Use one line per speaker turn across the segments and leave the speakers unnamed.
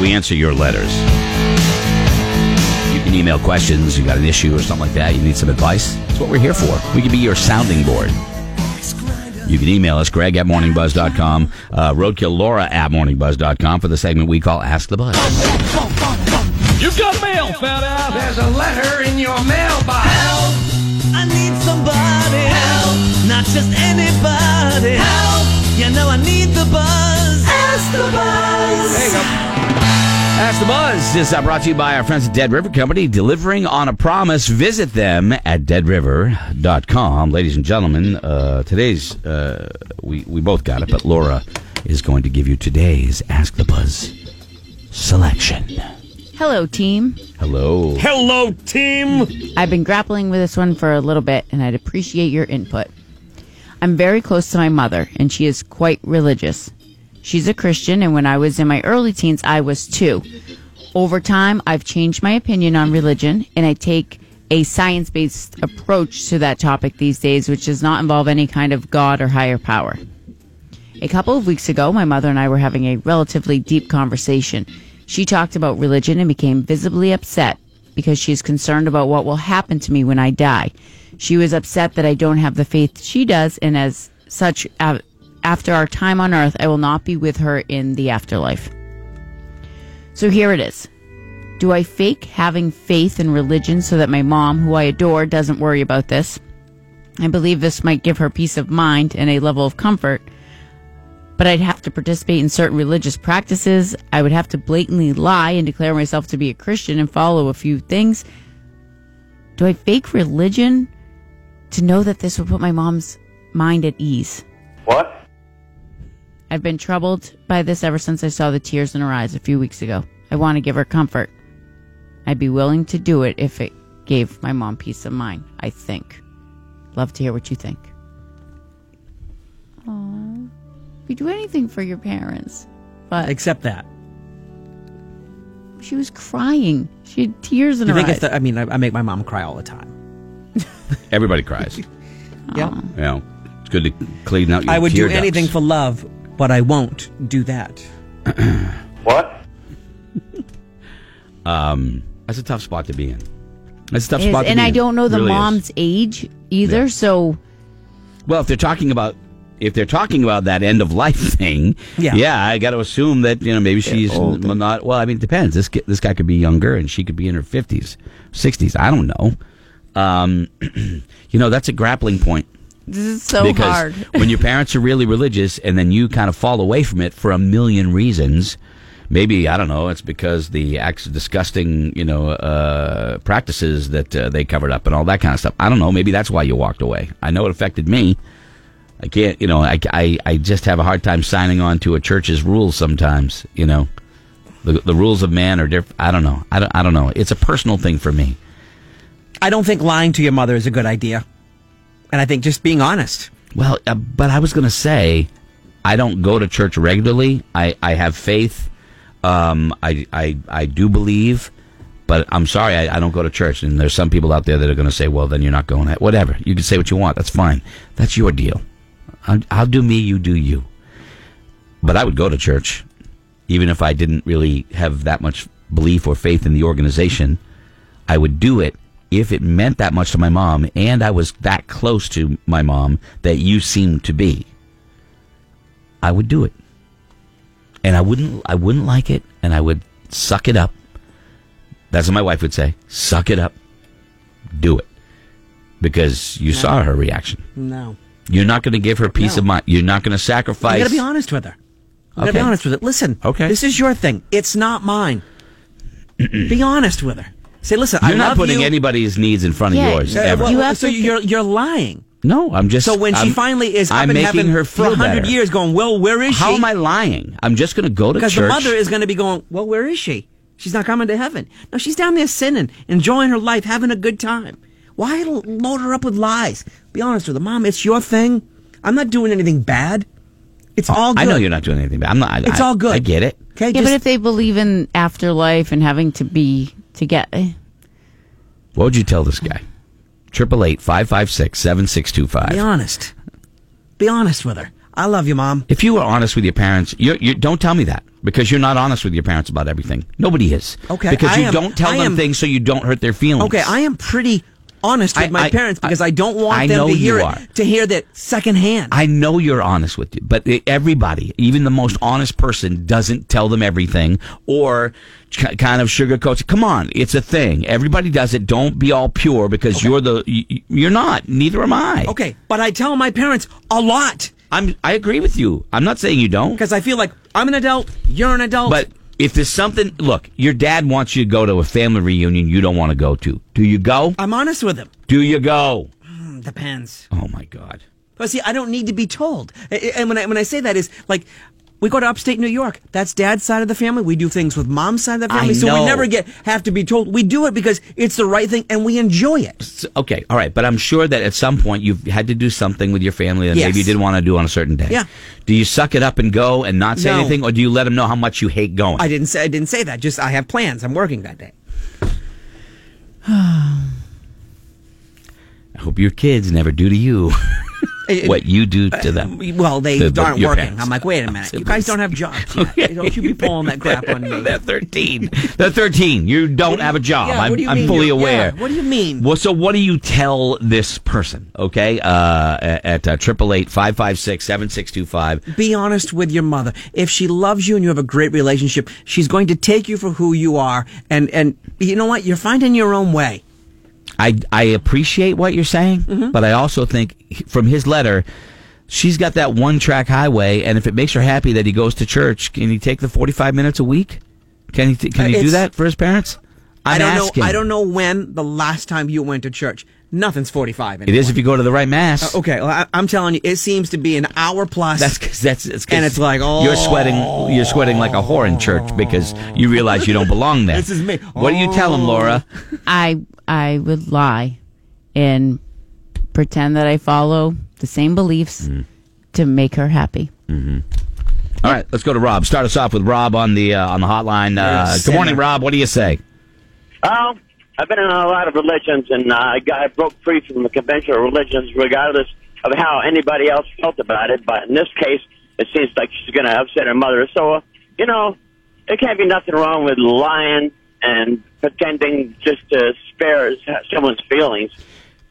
we answer your letters. You can email questions. You got an issue or something like that. You need some advice. That's what we're here for. We can be your sounding board. You can email us, greg at morningbuzz.com, uh, roadkill Laura at morningbuzz.com for the segment we call Ask the Buzz.
You've got mail, fat ass.
There's a letter in your mailbox.
Help! I need somebody. Help! Not just anybody. Help! You know I need the buzz. Ask the buzz.
Ask the Buzz is uh, brought to you by our friends at Dead River Company, delivering on a promise. Visit them at deadriver.com. Ladies and gentlemen, uh, today's, uh, we, we both got it, but Laura is going to give you today's Ask the Buzz selection.
Hello, team.
Hello.
Hello, team.
I've been grappling with this one for a little bit, and I'd appreciate your input. I'm very close to my mother, and she is quite religious. She's a Christian, and when I was in my early teens, I was too. Over time, I've changed my opinion on religion, and I take a science based approach to that topic these days, which does not involve any kind of God or higher power. A couple of weeks ago, my mother and I were having a relatively deep conversation. She talked about religion and became visibly upset because she is concerned about what will happen to me when I die. She was upset that I don't have the faith she does, and as such, a- after our time on earth, I will not be with her in the afterlife. So here it is. Do I fake having faith in religion so that my mom, who I adore, doesn't worry about this? I believe this might give her peace of mind and a level of comfort, but I'd have to participate in certain religious practices. I would have to blatantly lie and declare myself to be a Christian and follow a few things. Do I fake religion to know that this would put my mom's mind at ease?
What?
I've been troubled by this ever since I saw the tears in her eyes a few weeks ago. I want to give her comfort. I'd be willing to do it if it gave my mom peace of mind, I think. Love to hear what you think. Aww. You do anything for your parents. But
Except that.
she was crying. She had tears in
You
her
think
eyes.
if the, I mean, I, I make my mom cry all the time.
Everybody cries. you
Yeah.
know, it's good to clean out your
I would do
tear ducts.
anything for love, but I won't do that.
What?
Um, that's a tough spot to be in. That's a tough
It is,
spot to
and
be
I
in.
don't know the
Really is.
mom's age either,
Yeah.
so
Well, if they're talking about if they're talking about that end of life thing,
Yeah.
I got to assume that you know maybe she's m- not. Well, I mean, it depends. This ki- this guy could be younger, and she could be in her fifties, sixties. I don't know. Um, you know, that's a grappling point
this is so
because
hard.
when your parents are really religious and then you kind of fall away from it for a million reasons. Maybe I don't know. It's because the acts of disgusting, you know, uh, practices that uh, they covered up and all that kind of stuff. I don't know. Maybe that's why you walked away. I know it affected me. I can't, you know, I, I, I just have a hard time signing on to a church's rules sometimes, you know. The, the rules of man are different. I don't know. I don't, I don't know. It's a personal thing for me.
I don't think lying to your mother is a good idea. And I think just being honest.
Well, uh, but I was going to say, I don't go to church regularly. I, I have faith. Um, I, I, I do believe, but I'm sorry, I, I don't go to church. And there's some people out there that are going to say, well, then you're not going. Whatever. You can say what you want. That's fine. That's your deal. I'll, I'll do me, you do you. But I would go to church, even if I didn't really have that much belief or faith in the organization. I would do it if it meant that much to my mom and I was that close to my mom that you seem to be. I would do it. And I wouldn't I wouldn't like it and I would suck it up. That's what my wife would say. Suck it up. Do it. Because you saw her reaction.
No.
You're not going to give her peace
No.
of mind. You're not going to
You
sacrifice.
gotta be honest with her. You gotta
Okay.
be honest with it. Listen,
Okay.
this is your thing. It's not mine. be honest with her. Say, listen,
You're
I
not
love
putting
you.
anybody's needs in front of
Yeah,
yours
Uh,
ever.
well,
You have
so
to
you're you're lying.
no, I'm just.
So when she
I'm-
finally is up
I'm
in
making
heaven
her
for
feel
a hundred
better.
years, going, well, where is
How
she?
am I lying? I'm just going to go to church.
Because the mother is going to be going, well, where is she? She's not coming to heaven. No, she's down there sinning, enjoying her life, having a good time. Why l- load her up with lies? Be honest with her, mom. It's your thing. I'm not doing anything bad. It's all. good.
I know you're not doing anything bad. I'm not. I,
It's
I-
all good.
I get it.
Okay,
yeah, but if they believe in afterlife and having to be to get eh,
What would you tell this guy? Triple eight five five six seven six two
be
five.
honest. Be honest with her. I love you, mom.
If you were honest with your parents, you you don't tell me that. because you're not honest with your parents about everything. Nobody is.
Okay,
Because
I
you
am-
don't tell
I
them
am-
things so you don't hurt their feelings.
Okay, I am pretty honest with
I-
my
I-
parents because I,
I-
don't want
I
them
know
to
you
hear
are.
it, to hear that secondhand.
I know you're honest with you, but i- everybody, even the most honest person, doesn't tell them everything or ki- kind of sugarcoats. it. Come on, it's a thing. Everybody does it. Don't be all pure because you're the y- y- you're not. Neither am I.
okay, but I tell my parents a lot
I'm. I agree with you. I'm not saying you don't.
because I feel like I'm an adult, you're an adult.
But if there's something, look, your dad wants you to go to a family reunion you don't want to go to. Do you go?
I'm honest with them. Mm,
Do you go?
Depends.
Oh my God.
But see, I don't need to be told. A- a- And when I when I say that is like. We go to upstate New York. That's dad's side of the family. We do things with mom's side of the
I
family. So we
know.
never get have to be told. We do it because it's the right thing and we enjoy it.
So- okay, all right, but I'm sure that at some point you've had to do something with your family that
Yes.
maybe you didn't want to do on a certain day.
Yeah.
Do you suck it up and go and not say
No.
anything, or do you let them know how much you hate going?
I didn't say I didn't say that. Just I have plans. I'm working that day.
I hope your kids never do to you
It- it-
what you do to them.
Well, they
To the-
aren't
your
working.
parents.
I'm like, wait a minute. You guys don't have jobs. Yet. Don't you be pulling that crap on me.
They're 13. They're 13. You don't have a job.
yeah,
I'm,
what do you
I'm
mean?
fully
Yeah,
aware.
what do you mean?
Well, so what do you tell this person, okay, uh, at 888 556 7625?
Be honest with your mother. If she loves you and you have a great relationship, she's going to take you for who you are. And and you know what? You're finding your own way.
I, I appreciate what you're saying,
Mm-hmm.
but I also think from his letter, she's got that one track highway, and if it makes her happy that he goes to church, can he take the 45 minutes a week? Can he, can he do
Uh, it's-
that for his parents? I'm
I don't
asking.
know. I don't know when the last time you went to church. Nothing's 45.
It
Anymore.
is if you go to the right mass.
Uh, Okay, well, I, I'm telling you, it seems to be an hour plus.
That's cause that's it's 'cause
And it's like, oh.
you're sweating you're sweating like a whore in church because you realize you don't belong there.
This is me. Oh.
What do you tell him, Laura?
I I would lie and pretend that I follow the same beliefs
Mm.
to make her happy.
All right, let's go to Rob. Start us off with Rob on the uh, on the hotline. Uh, good
sinner.
morning, Rob. What do you say?
Well, I've been in a lot of religions, and uh, I, got, I broke free from the conventional religions, regardless of how anybody else felt about it. But in this case, it seems like she's going to upset her mother. So, uh, you know, there can't be nothing wrong with lying and pretending just to spare someone's feelings.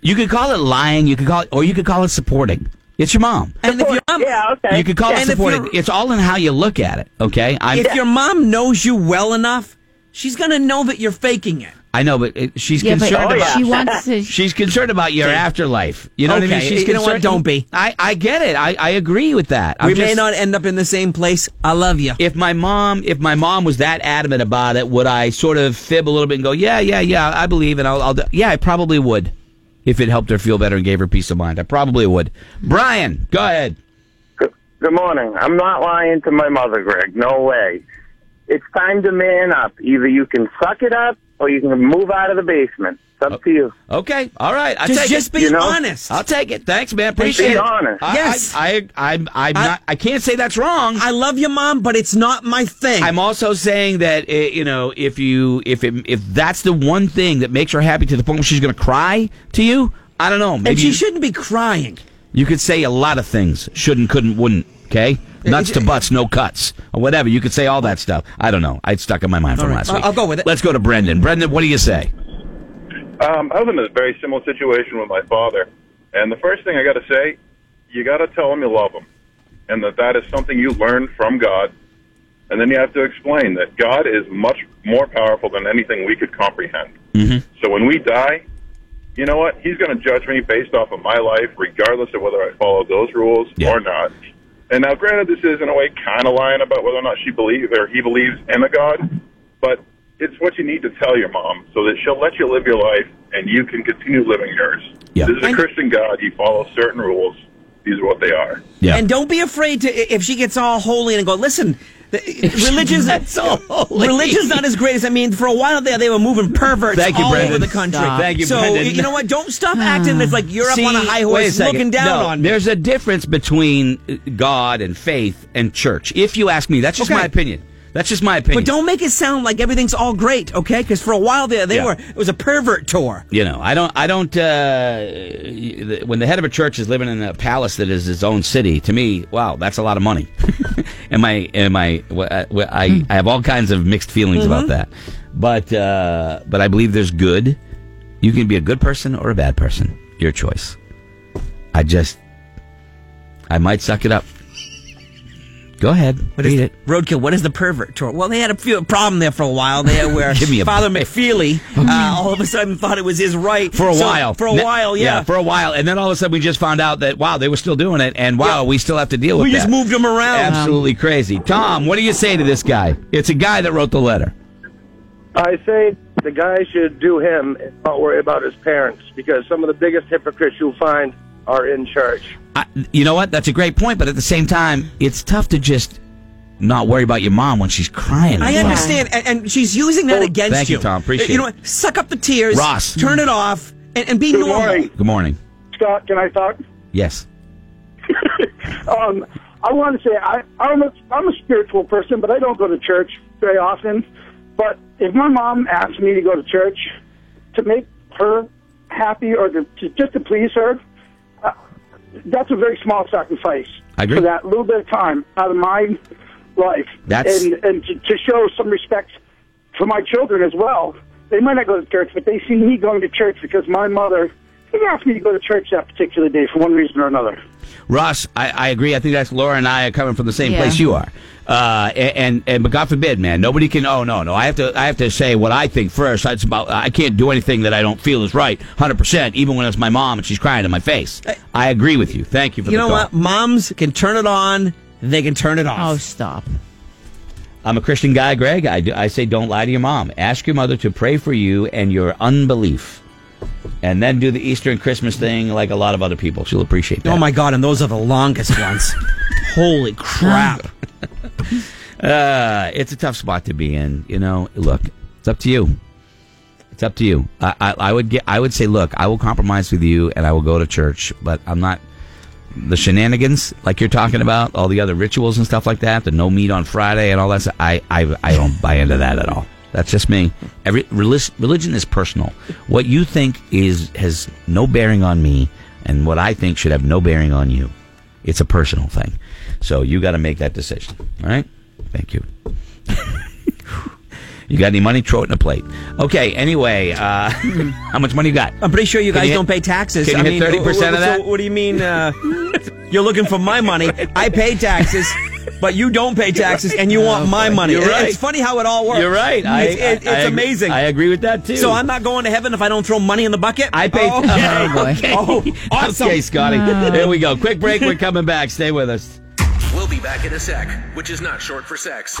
You could call it lying. You could call it, or you could call it supporting. It's your mom.
and if your mom,
yeah, okay.
You could call
Yeah.
it
And if
supporting.
you're-
It's all in how you look at it. Okay, I'm.
if your mom knows you well enough, she's gonna know that you're faking it.
I know, but it, she's
Yeah, but
concerned
Oh,
about.
she wants to.
She's concerned about your afterlife. You know what I mean?
Okay,
She's
you know what?
concerned-
Don't be.
I, I get it. I, I agree with that. I'm
we may
just-
not end up in the same place. I love you.
if my mom if my mom was that adamant about it would i sort of fib a little bit and go yeah yeah yeah i believe and i'll, I'll do-" yeah i probably would if it helped her feel better and gave her peace of mind i probably would brian go ahead
Good, good morning. I'm not lying to my mother, Greg. No way. It's time to man up. Either you can suck it up or you can move out of the basement. It's up to you.
okay all right i'll
just
take
just
it
be
you know?
honest.
i'll take it thanks man
Be
appreciate it
honest.
I,
Yes.
I, I, am I'm not i can't say that's wrong
I love you, mom, but it's not my thing.
I'm also saying that eh, you know if you if it, if that's the one thing that makes her happy to the point where she's going to cry to you, I don't know. Maybe
and she
you-
shouldn't be crying.
You could say a lot of things. Shouldn't, couldn't, wouldn't. Okay? Nuts to butts, no cuts, or whatever. You could say all that stuff. I don't know. It stuck in my mind from
All right.
last
I-
week.
I'll go with it.
Let's go to Brendan. Brendan, what do you say?
Um, I was in a very similar situation with my father, and the first thing I got to say, you got to tell him you love him, and that that is something you learn from God, and then you have to explain that God is much more powerful than anything we could comprehend. So when we die, you know what? He's going to judge me based off of my life, regardless of whether I follow those rules
Yeah.
or not. And now, granted, this is in a way kind of lying about whether or not she believes or he believes in a God, but it's what you need to tell your mom so that she'll let you live your life and you can continue living yours.
Yeah.
This is a
And-
Christian God. He follows certain rules. These are what they are.
Yeah.
And don't be afraid to if she gets all holy and go, listen, the- religion's not
gets all holy."
Religion's not as great as I mean. For a while there, they were moving perverts
Thank you,
all
Brendan.
over the country.
Stop. Thank you,
so
Brendan.
you know what? Don't stop acting as like you're
See,
up on a high
wait a
horse
second.
looking down
No,
on me.
There's a difference between uh, God and faith and church. If you ask me, that's just
Okay.
my opinion. That's just my opinion.
But don't make it sound like everything's all great, okay? Because for a while there, they
Yeah.
were it was a pervert tour.
You know, I don't, I don't, uh, when the head of a church is living in a palace that is his own city, to me, wow, that's a lot of money. and my, and my, wh- I, wh- I, I have all kinds of mixed feelings about that. But, uh, but I believe there's good. You can be a good person or a bad person. Your choice. I just, I might suck it up. Go ahead.
What is
read it.
Roadkill, what is the pervert tour? Well, they had a few, a problem there for a while there where
Give me a
Father McFeely uh, all of a sudden thought it was his right.
for a
So,
while.
For a
Ne-
while, yeah.
for a while, and then all of a sudden we just found out that wow, they were still doing it, and wow,
Yeah.
we still have to deal with.
We just
that.
moved 'em around.
Absolutely crazy, Tom. What do you say to this guy? It's a guy that wrote the letter.
I say the guy should do him and not worry about his parents because some of the biggest hypocrites you'll find are in church.
I, you know what? That's a great point, but at the same time, it's tough to just not worry about your mom when she's crying.
I understand, and, and she's using that against
Oh, thank you,
you.
Tom. Appreciate
You know
it.
what? Suck up the tears,
Ross.
Turn it off, and, and be
Good
normal.
morning,
Good morning.
Scott. Can I talk?
Yes.
Um, I want to say I, I'm, a, I'm a spiritual person, but I don't go to church very often. But if my mom asks me to go to church to make her happy or to, to just to please her, uh, that's a very small sacrifice
I agree.
for that little bit of time out of my life,
That's-
and and to, to show some respect for my children as well. They might not go to church, but they see me going to church because my mother didn't ask me to go to church that particular day for one reason or another.
Ross, I, I agree. I think that's Laura and I are coming from the same
Yeah.
place you are. Uh, and, and and but God forbid, man, nobody can. Oh no, no, I have to. I have to say what I think first. That's about. I can't do anything that I don't feel is right, hundred percent. Even when it's my mom and she's crying in my face. I agree with you. Thank you for
You
the
know
call.
what? Moms can turn it on. They can turn it
Oh,
off.
stop.
I'm a Christian guy, Greg. I, do- I say don't lie to your mom. Ask your mother to pray for you and your unbelief, and then do the Easter and Christmas thing like a lot of other people. She'll appreciate that.
Oh my god! And those are the longest ones. Holy crap!
Uh, it's a tough spot to be in. You know, look, it's up to you. It's up to you. I, I, I would get. I would say, look, I will compromise with you, and I will go to church, but I'm not the shenanigans like you're
Mm-hmm.
talking about, all the other rituals and stuff like that, the no meat on Friday and all that. Stuff, I, I, I don't buy into that at all. That's just me. Every relig- religion is personal. What you think is has no bearing on me, and what I think should have no bearing on you. It's a personal thing. So you got to make that decision. All right. Thank you. you got any money? Throw it in a plate. Okay. Anyway, uh, how much money you got?
I'm pretty sure you
Can
guys
you hit-
don't pay taxes.
can you
I
hit
mean,
30% of
so
that?
What do you mean? Uh, you're looking for my money. I pay taxes, but you don't pay taxes, and you want my money.
Oh, You're
It-
right.
It's funny how it all works.
You're right. I,
It's, it- it's
I- I agree-
amazing.
I agree with that too.
so I'm not going to heaven if I don't throw money in the bucket.
I pay.
Oh,
Oh, boy.
Okay.
Oh, awesome.
Okay, Uh. Scotty. There we go. Quick break. We're coming back. Stay with us.
We'll be back in a sec, which is not short for sex.